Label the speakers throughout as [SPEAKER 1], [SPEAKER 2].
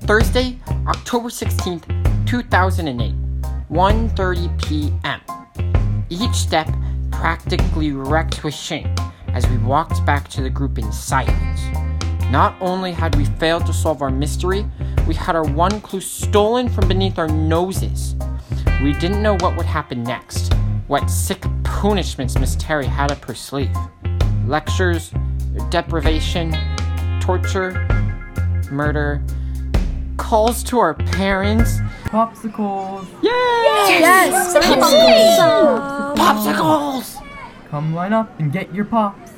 [SPEAKER 1] Thursday, October 16th, 2008, 1:30 p.m. Each step practically wrecked with shame as we walked back to the group in silence. Not only had we failed to solve our mystery, we had our one clue stolen from beneath our noses. We didn't know what would happen next, what sick punishments Miss Terry had up her sleeve. Lectures, deprivation, torture, murder, calls to our parents.
[SPEAKER 2] Popsicles,
[SPEAKER 3] Yes!
[SPEAKER 1] Popsicles!
[SPEAKER 2] come line up and get your pops.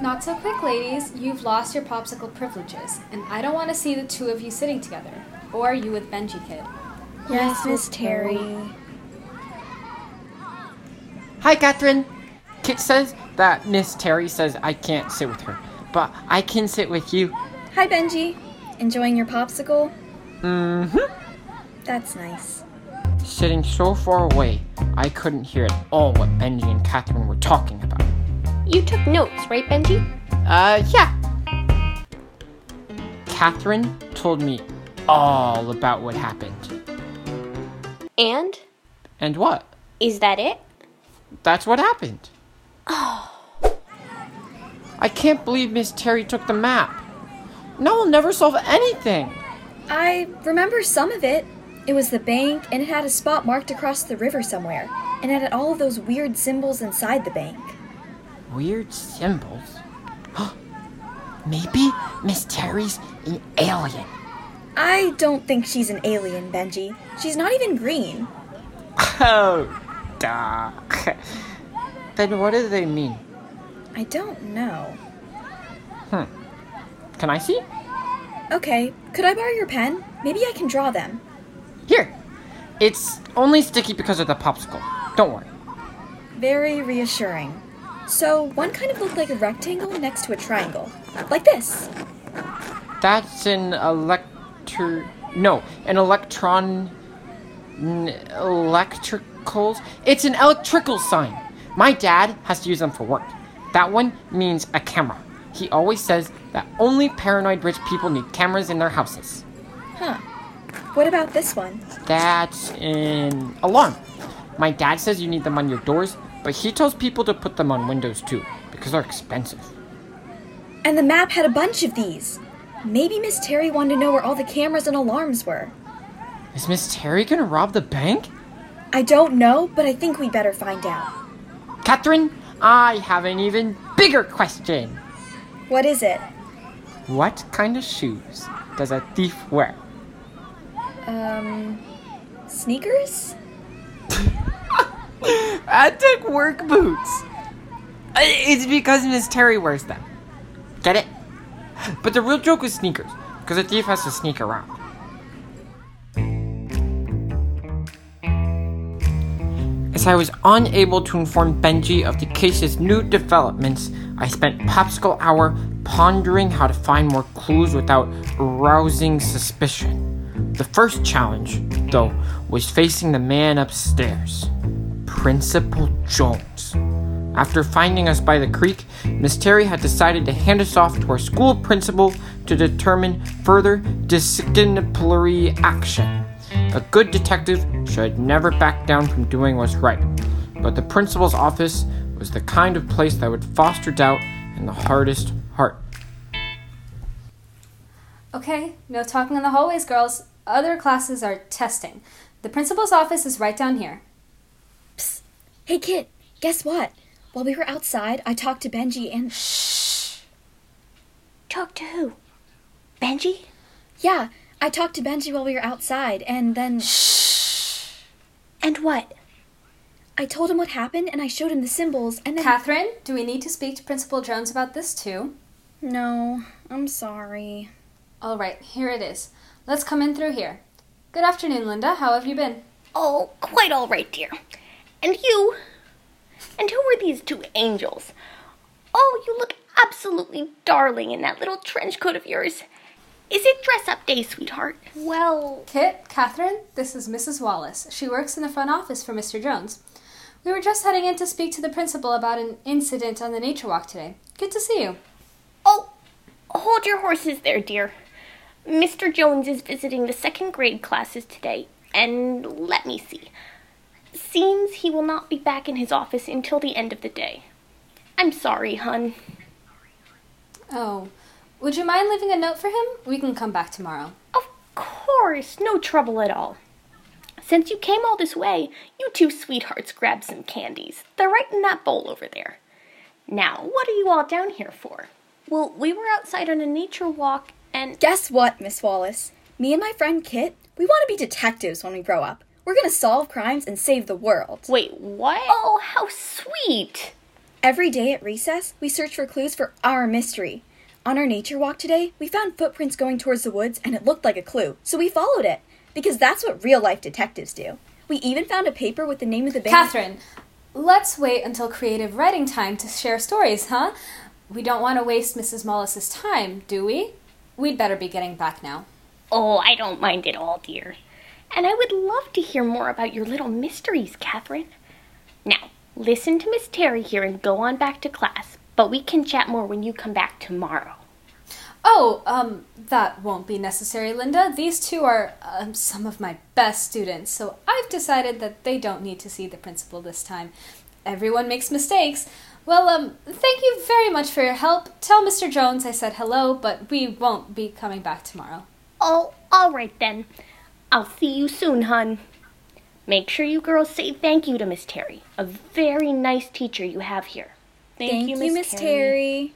[SPEAKER 4] Not so quick, ladies. You've lost your popsicle privileges, and I don't want to see the two of you sitting together. Or you with Benji Kid.
[SPEAKER 3] Yes, Miss Terry.
[SPEAKER 1] Hi, Catherine. Kit says that Miss Terry says I can't sit with her, but I can sit with you.
[SPEAKER 3] Hi, Benji. Enjoying your popsicle?
[SPEAKER 1] hmm
[SPEAKER 3] That's nice.
[SPEAKER 1] Sitting so far away, I couldn't hear at all what Benji and Catherine were talking about.
[SPEAKER 5] You took notes, right, Benji?
[SPEAKER 1] Uh, yeah. Catherine told me all about what happened.
[SPEAKER 5] And
[SPEAKER 1] And what?
[SPEAKER 5] is that it?
[SPEAKER 1] That's what happened. Oh. I can't believe Miss Terry took the map. Now we'll never solve anything.
[SPEAKER 3] I remember some of it. It was the bank, and it had a spot marked across the river somewhere, and it had all of those weird symbols inside the bank.
[SPEAKER 1] Weird symbols. Maybe Miss Terry's an alien.
[SPEAKER 3] I don't think she's an alien, Benji. She's not even green.
[SPEAKER 1] Oh, duh. then what do they mean?
[SPEAKER 3] I don't know.
[SPEAKER 1] Hmm. Can I see?
[SPEAKER 3] Okay, could I borrow your pen? Maybe I can draw them.
[SPEAKER 1] Here. It's only sticky because of the popsicle. Don't worry.
[SPEAKER 3] Very reassuring. So, one kind of looked like a rectangle next to a triangle. Like this.
[SPEAKER 1] That's an electro. No, an electron. n- Electricals? It's an electrical sign. My dad has to use them for work. That one means a camera. He always says that only paranoid rich people need cameras in their houses.
[SPEAKER 3] Huh. What about this one?
[SPEAKER 1] That's an alarm. My dad says you need them on your doors, but he tells people to put them on windows too, because they're expensive.
[SPEAKER 3] And the map had a bunch of these. Maybe Miss Terry wanted to know where all the cameras and alarms were.
[SPEAKER 1] Is Miss Terry gonna rob the bank?
[SPEAKER 3] I don't know, but I think we'd better find out.
[SPEAKER 1] Catherine, I have an even bigger question.
[SPEAKER 3] What is it?
[SPEAKER 1] What kind of shoes does a thief wear?
[SPEAKER 3] Um. Sneakers?
[SPEAKER 1] I took work boots. I- It's because Miss Terry wears them. Get it? But the real joke is sneakers, because a thief has to sneak around. As I was unable to inform Benji of the case's new developments, I spent popsicle hour pondering how to find more clues without arousing suspicion. The first challenge, though, was facing the man upstairs, Principal Jones. After finding us by the creek, Miss Terry had decided to hand us off to our school principal to determine further disciplinary action. A good detective should never back down from doing what's right, but the principal's office was the kind of place that would foster doubt in the hardest heart.
[SPEAKER 4] Okay, no talking in the hallways, girls. Other classes are testing. The principal's office is right down here.
[SPEAKER 3] Hey, kid, guess what? While we were outside, I talked to Benji and.
[SPEAKER 5] Talk to who? Benji?
[SPEAKER 3] Yeah, I talked to Benji while we were outside, and then
[SPEAKER 5] And what?
[SPEAKER 3] I told him what happened, and I showed him the symbols, and then.
[SPEAKER 4] Catherine, do we need to speak to Principal Jones about this too?
[SPEAKER 3] no, I'm sorry.
[SPEAKER 4] All right, here it is. Let's come in through here. Good afternoon, Linda. How have you been?
[SPEAKER 5] Oh, quite all right, dear. And you? And who were these two angels? Oh, you look absolutely darling in that little trench coat of yours. Is it dress up day, sweetheart? Well,
[SPEAKER 4] Kit, Catherine, this is Mrs. Wallace. She works in the front office for Mr. Jones. We were just heading in to speak to the principal about an incident on the nature walk today. Good to see you.
[SPEAKER 5] oh, oh, hold your horses there, dear. Mr. Jones is visiting the second grade classes today, and let me see. Seems he will not be back in his office until the end of the day. I'm sorry, hun.
[SPEAKER 4] Oh, would you mind leaving a note for him? We can come back tomorrow.
[SPEAKER 5] Of course, no trouble at all. Since you came all this way, you two sweethearts grabbed some candies. They're right in that bowl over there. Now, what are you all down here for? Well, we were outside on a nature walk and.
[SPEAKER 3] Guess what, Miss Wallace? Me and my friend Kit, we want to be detectives when we grow up. We're gonna solve crimes and save the world.
[SPEAKER 5] Wait, what? Oh, how sweet!
[SPEAKER 3] Every day at recess, we search for clues for our mystery. On our nature walk today, we found footprints going towards the woods and it looked like a clue, so we followed it. Because that's what real life detectives do. We even found a paper with the name of the band.
[SPEAKER 4] Catherine, let's wait until creative writing time to share stories, huh? We don't want to waste Mrs. Mollis's time, do we? We'd better be getting back now.
[SPEAKER 5] Oh, I don't mind at all, dear. And I would love to hear more about your little mysteries, Catherine. Now, listen to Miss Terry here and go on back to class, but we can chat more when you come back tomorrow.
[SPEAKER 4] Oh, um, that won't be necessary, Linda. These two are um, some of my best students, so I've decided that they don't need to see the principal this time. Everyone makes mistakes. Well, um, thank you very much for your help. Tell Mr. Jones I said hello, but we won't be coming back tomorrow.
[SPEAKER 5] Oh, all right then. I'll see you soon, hun. Make sure you girls say thank you to Miss Terry, a very nice teacher you have here.
[SPEAKER 3] Thank you, Miss Terry.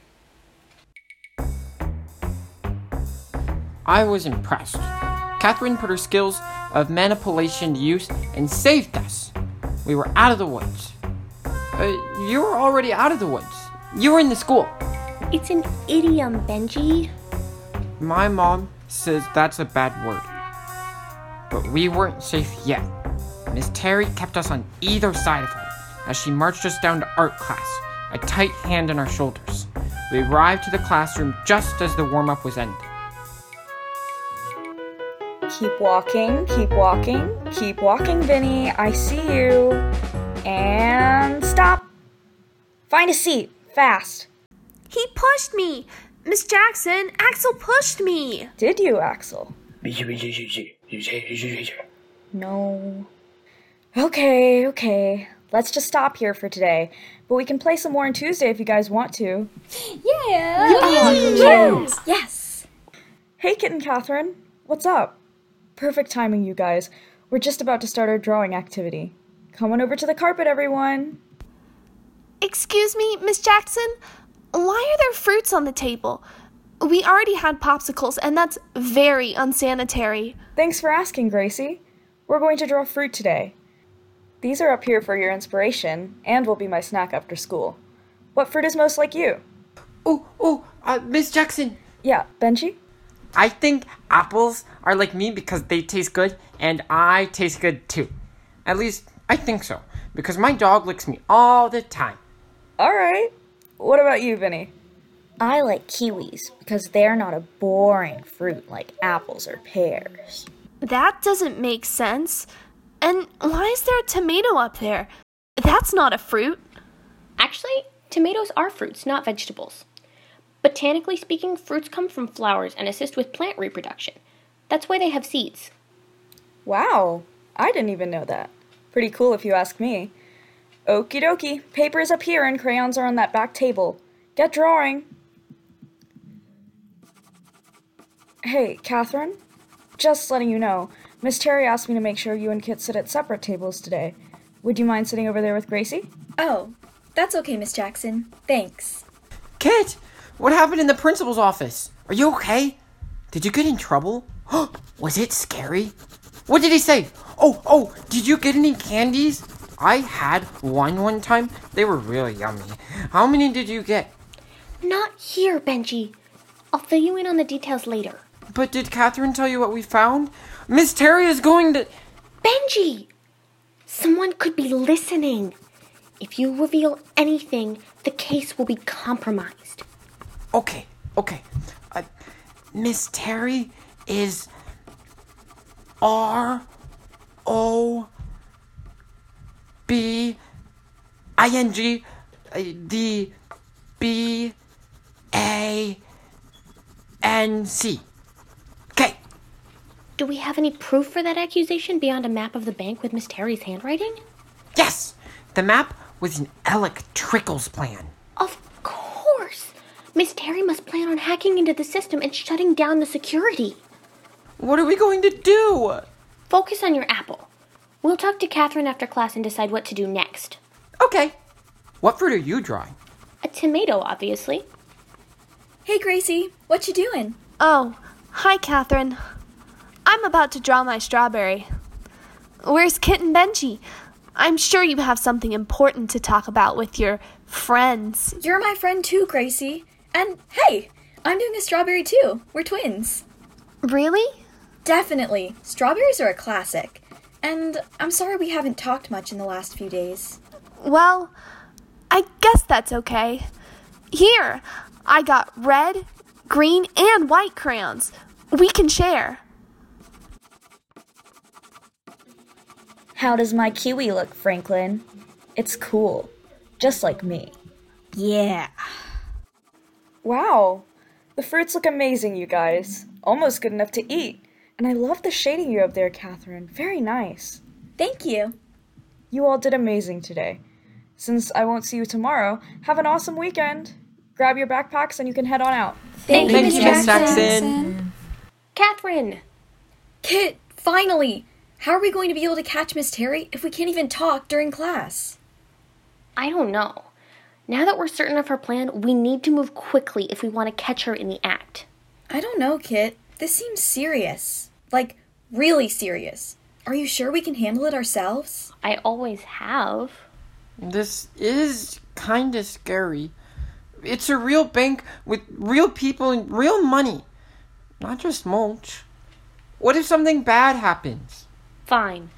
[SPEAKER 1] I was impressed. Catherine put her skills of manipulation to use and saved us. We were out of the woods. Uh, you were already out of the woods. You were in the school.
[SPEAKER 5] It's an idiom, Benji.
[SPEAKER 1] My mom says that's a bad word. But we weren't safe yet. Miss Terry kept us on either side of her as she marched us down to art class, a tight hand on our shoulders. We arrived to the classroom just as the warm up was ending.
[SPEAKER 6] Keep walking, keep walking, keep walking, Vinny. I see you. And stop. Find a seat, fast.
[SPEAKER 7] He pushed me! Miss Jackson, Axel pushed me!
[SPEAKER 6] Did you, Axel? No. Okay, okay. Let's just stop here for today. But we can play some more on Tuesday if you guys want to.
[SPEAKER 4] Yeah!
[SPEAKER 3] Yes.
[SPEAKER 6] Hey, Kit and Catherine. What's up? Perfect timing, you guys. We're just about to start our drawing activity. Come on over to the carpet, everyone.
[SPEAKER 7] Excuse me, Miss Jackson? Why are there fruits on the table? We already had popsicles, and that's very unsanitary.
[SPEAKER 6] Thanks for asking, Gracie. We're going to draw fruit today. These are up here for your inspiration and will be my snack after school. What fruit is most like you?
[SPEAKER 1] Oh, oh, uh, Miss Jackson.
[SPEAKER 6] Yeah, Benji?
[SPEAKER 1] I think apples are like me because they taste good and I taste good too. At least I think so because my dog licks me all the time.
[SPEAKER 6] All right. What about you, Vinny?
[SPEAKER 8] I like kiwis because they're not a boring fruit like apples or pears.
[SPEAKER 7] That doesn't make sense. And why is there a tomato up there? That's not a fruit.
[SPEAKER 5] Actually, tomatoes are fruits, not vegetables. Botanically speaking, fruits come from flowers and assist with plant reproduction. That's why they have seeds.
[SPEAKER 6] Wow, I didn't even know that. Pretty cool if you ask me. Okie dokie, paper is up here and crayons are on that back table. Get drawing. Hey, Catherine? Just letting you know, Miss Terry asked me to make sure you and Kit sit at separate tables today. Would you mind sitting over there with Gracie?
[SPEAKER 3] Oh, that's okay, Miss Jackson. Thanks.
[SPEAKER 1] Kit, what happened in the principal's office? Are you okay? Did you get in trouble? Was it scary? What did he say? Oh, oh, did you get any candies? I had one one time. They were really yummy. How many did you get?
[SPEAKER 5] Not here, Benji. I'll fill you in on the details later.
[SPEAKER 1] But did Catherine tell you what we found? Miss Terry is going to.
[SPEAKER 5] Benji! Someone could be listening. If you reveal anything, the case will be compromised.
[SPEAKER 1] Okay, okay. Uh, Miss Terry is R O B I N G uh, D B A N C K.
[SPEAKER 5] Do we have any proof for that accusation beyond a map of the bank with Miss Terry's handwriting?
[SPEAKER 1] Yes! The map was an Alec Trickle's plan.
[SPEAKER 5] Of course! Miss Terry must plan on hacking into the system and shutting down the security.
[SPEAKER 1] What are we going to do?
[SPEAKER 5] Focus on your apple. We'll talk to Catherine after class and decide what to do next.
[SPEAKER 1] Okay. What fruit are you drawing?
[SPEAKER 5] A tomato, obviously.
[SPEAKER 3] Hey, Gracie, what you doing?
[SPEAKER 7] Oh, hi, Catherine. I'm about to draw my strawberry. Where's Kit and Benji? I'm sure you have something important to talk about with your friends.
[SPEAKER 3] You're my friend too, Gracie. And hey, I'm doing a strawberry too. We're twins.
[SPEAKER 7] Really?
[SPEAKER 3] Definitely. Strawberries are a classic. And I'm sorry we haven't talked much in the last few days.
[SPEAKER 7] Well, I guess that's okay. Here, I got red, green, and white crayons. We can share.
[SPEAKER 6] How does my kiwi look, Franklin? It's cool. Just like me.
[SPEAKER 8] Yeah.
[SPEAKER 6] Wow. The fruits look amazing, you guys. Almost good enough to eat. And I love the shading you have there, Catherine. Very nice.
[SPEAKER 3] Thank you.
[SPEAKER 6] You all did amazing today. Since I won't see you tomorrow, have an awesome weekend. Grab your backpacks and you can head on out.
[SPEAKER 3] Thank,
[SPEAKER 1] Thank you, Miss Jackson.
[SPEAKER 5] Catherine!
[SPEAKER 3] Kit, finally! How are we going to be able to catch Miss Terry if we can't even talk during class?
[SPEAKER 5] I don't know. Now that we're certain of her plan, we need to move quickly if we want to catch her in the act.
[SPEAKER 3] I don't know, Kit. This seems serious. Like, really serious. Are you sure we can handle it ourselves?
[SPEAKER 5] I always have.
[SPEAKER 1] This is kinda scary. It's a real bank with real people and real money, not just mulch. What if something bad happens?
[SPEAKER 5] Fine.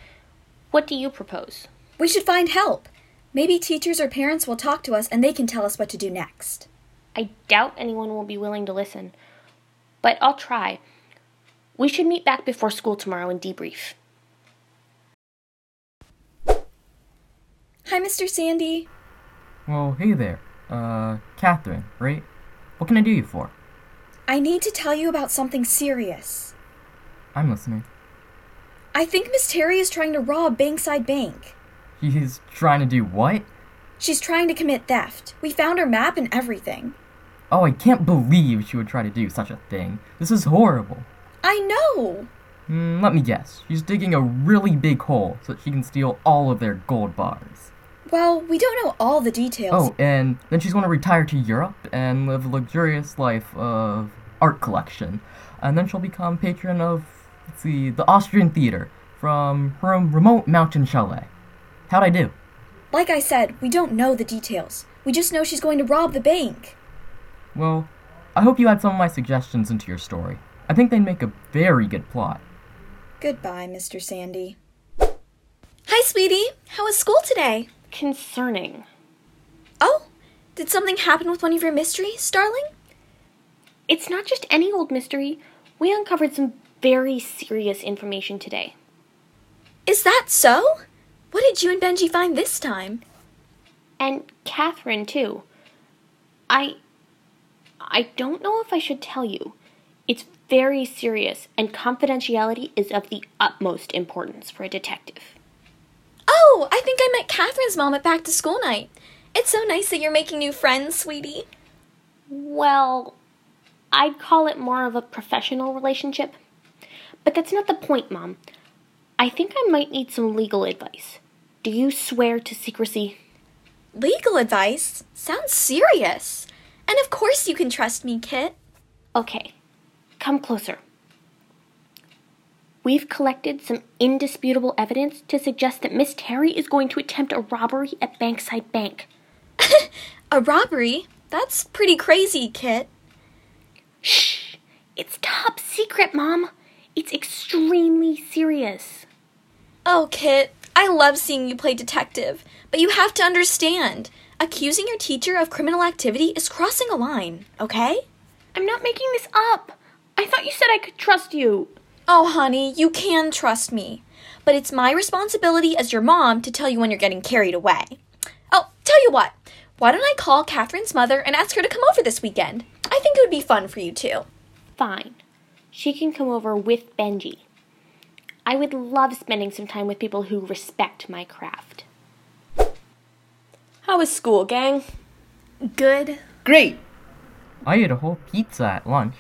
[SPEAKER 5] What do you propose?
[SPEAKER 3] We should find help. Maybe teachers or parents will talk to us and they can tell us what to do next.
[SPEAKER 5] I doubt anyone will be willing to listen, but I'll try. We should meet back before school tomorrow and debrief.
[SPEAKER 3] Hi, Mr. Sandy.
[SPEAKER 2] Well, hey there. Uh, Catherine, right? What can I do you for?
[SPEAKER 3] I need to tell you about something serious.
[SPEAKER 2] I'm listening.
[SPEAKER 3] I think Miss Terry is trying to rob Bankside Bank.
[SPEAKER 2] He's trying to do what?
[SPEAKER 3] She's trying to commit theft. We found her map and everything.
[SPEAKER 2] Oh, I can't believe she would try to do such a thing. This is horrible.
[SPEAKER 3] I know!
[SPEAKER 2] Hmm, let me guess. She's digging a really big hole so that she can steal all of their gold bars.
[SPEAKER 3] Well, we don't know all the details.
[SPEAKER 2] Oh, and then she's going to retire to Europe and live a luxurious life of art collection. And then she'll become patron of, let's see, the Austrian Theater from her remote mountain chalet. How'd I do?
[SPEAKER 3] Like I said, we don't know the details. We just know she's going to rob the bank.
[SPEAKER 2] Well, I hope you add some of my suggestions into your story. I think they'd make a very good plot.
[SPEAKER 3] Goodbye, Mr. Sandy. Hi, sweetie. How was school today?
[SPEAKER 5] Concerning.
[SPEAKER 3] Oh, did something happen with one of your mysteries, darling?
[SPEAKER 5] It's not just any old mystery. We uncovered some very serious information today.
[SPEAKER 3] Is that so? What did you and Benji find this time?
[SPEAKER 5] And Catherine, too. I. I don't know if I should tell you. It's very serious, and confidentiality is of the utmost importance for a detective.
[SPEAKER 3] Oh, I think I met Catherine's mom at back to school night. It's so nice that you're making new friends, sweetie.
[SPEAKER 5] Well, I'd call it more of a professional relationship. But that's not the point, Mom. I think I might need some legal advice. Do you swear to secrecy?
[SPEAKER 3] Legal advice? Sounds serious. And of course you can trust me, Kit.
[SPEAKER 5] Okay, come closer. We've collected some indisputable evidence to suggest that Miss Terry is going to attempt a robbery at Bankside Bank.
[SPEAKER 3] A robbery? That's pretty crazy, Kit.
[SPEAKER 5] Shh! It's top secret, Mom! It's extremely serious.
[SPEAKER 3] Oh, Kit, I love seeing you play detective, but you have to understand. Accusing your teacher of criminal activity is crossing a line, okay?
[SPEAKER 5] I'm not making this up! I thought you said I could trust you!
[SPEAKER 3] Oh, honey, you can trust me. But it's my responsibility as your mom to tell you when you're getting carried away. Oh, tell you what. Why don't I call Catherine's mother and ask her to come over this weekend? I think it would be fun for you two.
[SPEAKER 5] Fine. She can come over with Benji. I would love spending some time with people who respect my craft. How was school, gang?
[SPEAKER 7] Good.
[SPEAKER 9] Great.
[SPEAKER 2] I ate a whole pizza at lunch.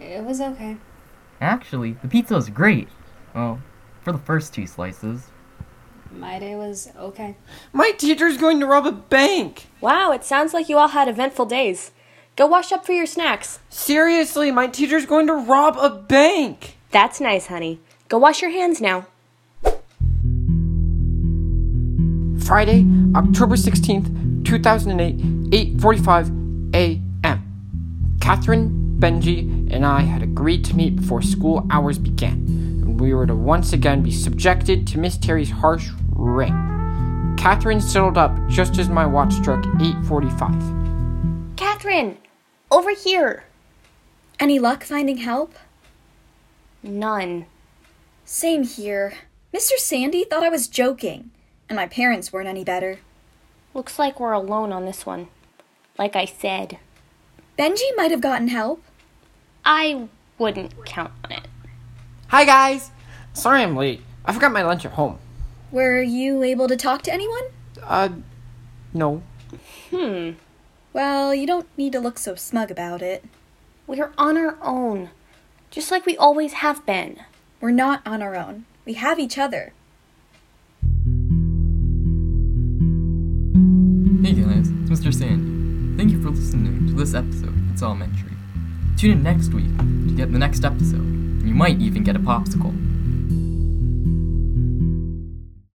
[SPEAKER 4] It was okay.
[SPEAKER 2] Actually, the pizza was great. Well, for the first two slices.
[SPEAKER 4] My day was okay.
[SPEAKER 1] My teacher's going to rob a bank.
[SPEAKER 5] Wow, it sounds like you all had eventful days. Go wash up for your snacks.
[SPEAKER 1] Seriously, my teacher's going to rob a bank.
[SPEAKER 5] That's nice, honey. Go wash your hands now.
[SPEAKER 1] Friday, October 16th, 2008, 8:45 a.m. Catherine, Benji, and I had agreed to meet before school hours began, and we were to once again be subjected to Miss Terry's harsh ring. Catherine settled up just as my watch struck 8:45.
[SPEAKER 5] Catherine, over here.
[SPEAKER 3] Any luck finding help?
[SPEAKER 5] None.
[SPEAKER 3] Same here. Mr. Sandy thought I was joking, and my parents weren't any better.
[SPEAKER 5] Looks like we're alone on this one. Like I said,
[SPEAKER 3] Benji might have gotten help.
[SPEAKER 5] I wouldn't count on it.
[SPEAKER 1] Hi guys. Sorry I'm late. I forgot my lunch at home.
[SPEAKER 3] Were you able to talk to anyone?
[SPEAKER 1] Uh no.
[SPEAKER 3] Well, you don't need to look so smug about it.
[SPEAKER 5] We're on our own, just like we always have been.
[SPEAKER 3] We're not on our own. We have each other.
[SPEAKER 2] Hey guys, it's Mr. Sandy. Thank you for listening to this episode of It's Elementary. Tune in next week to get the next episode. and You might even get a popsicle.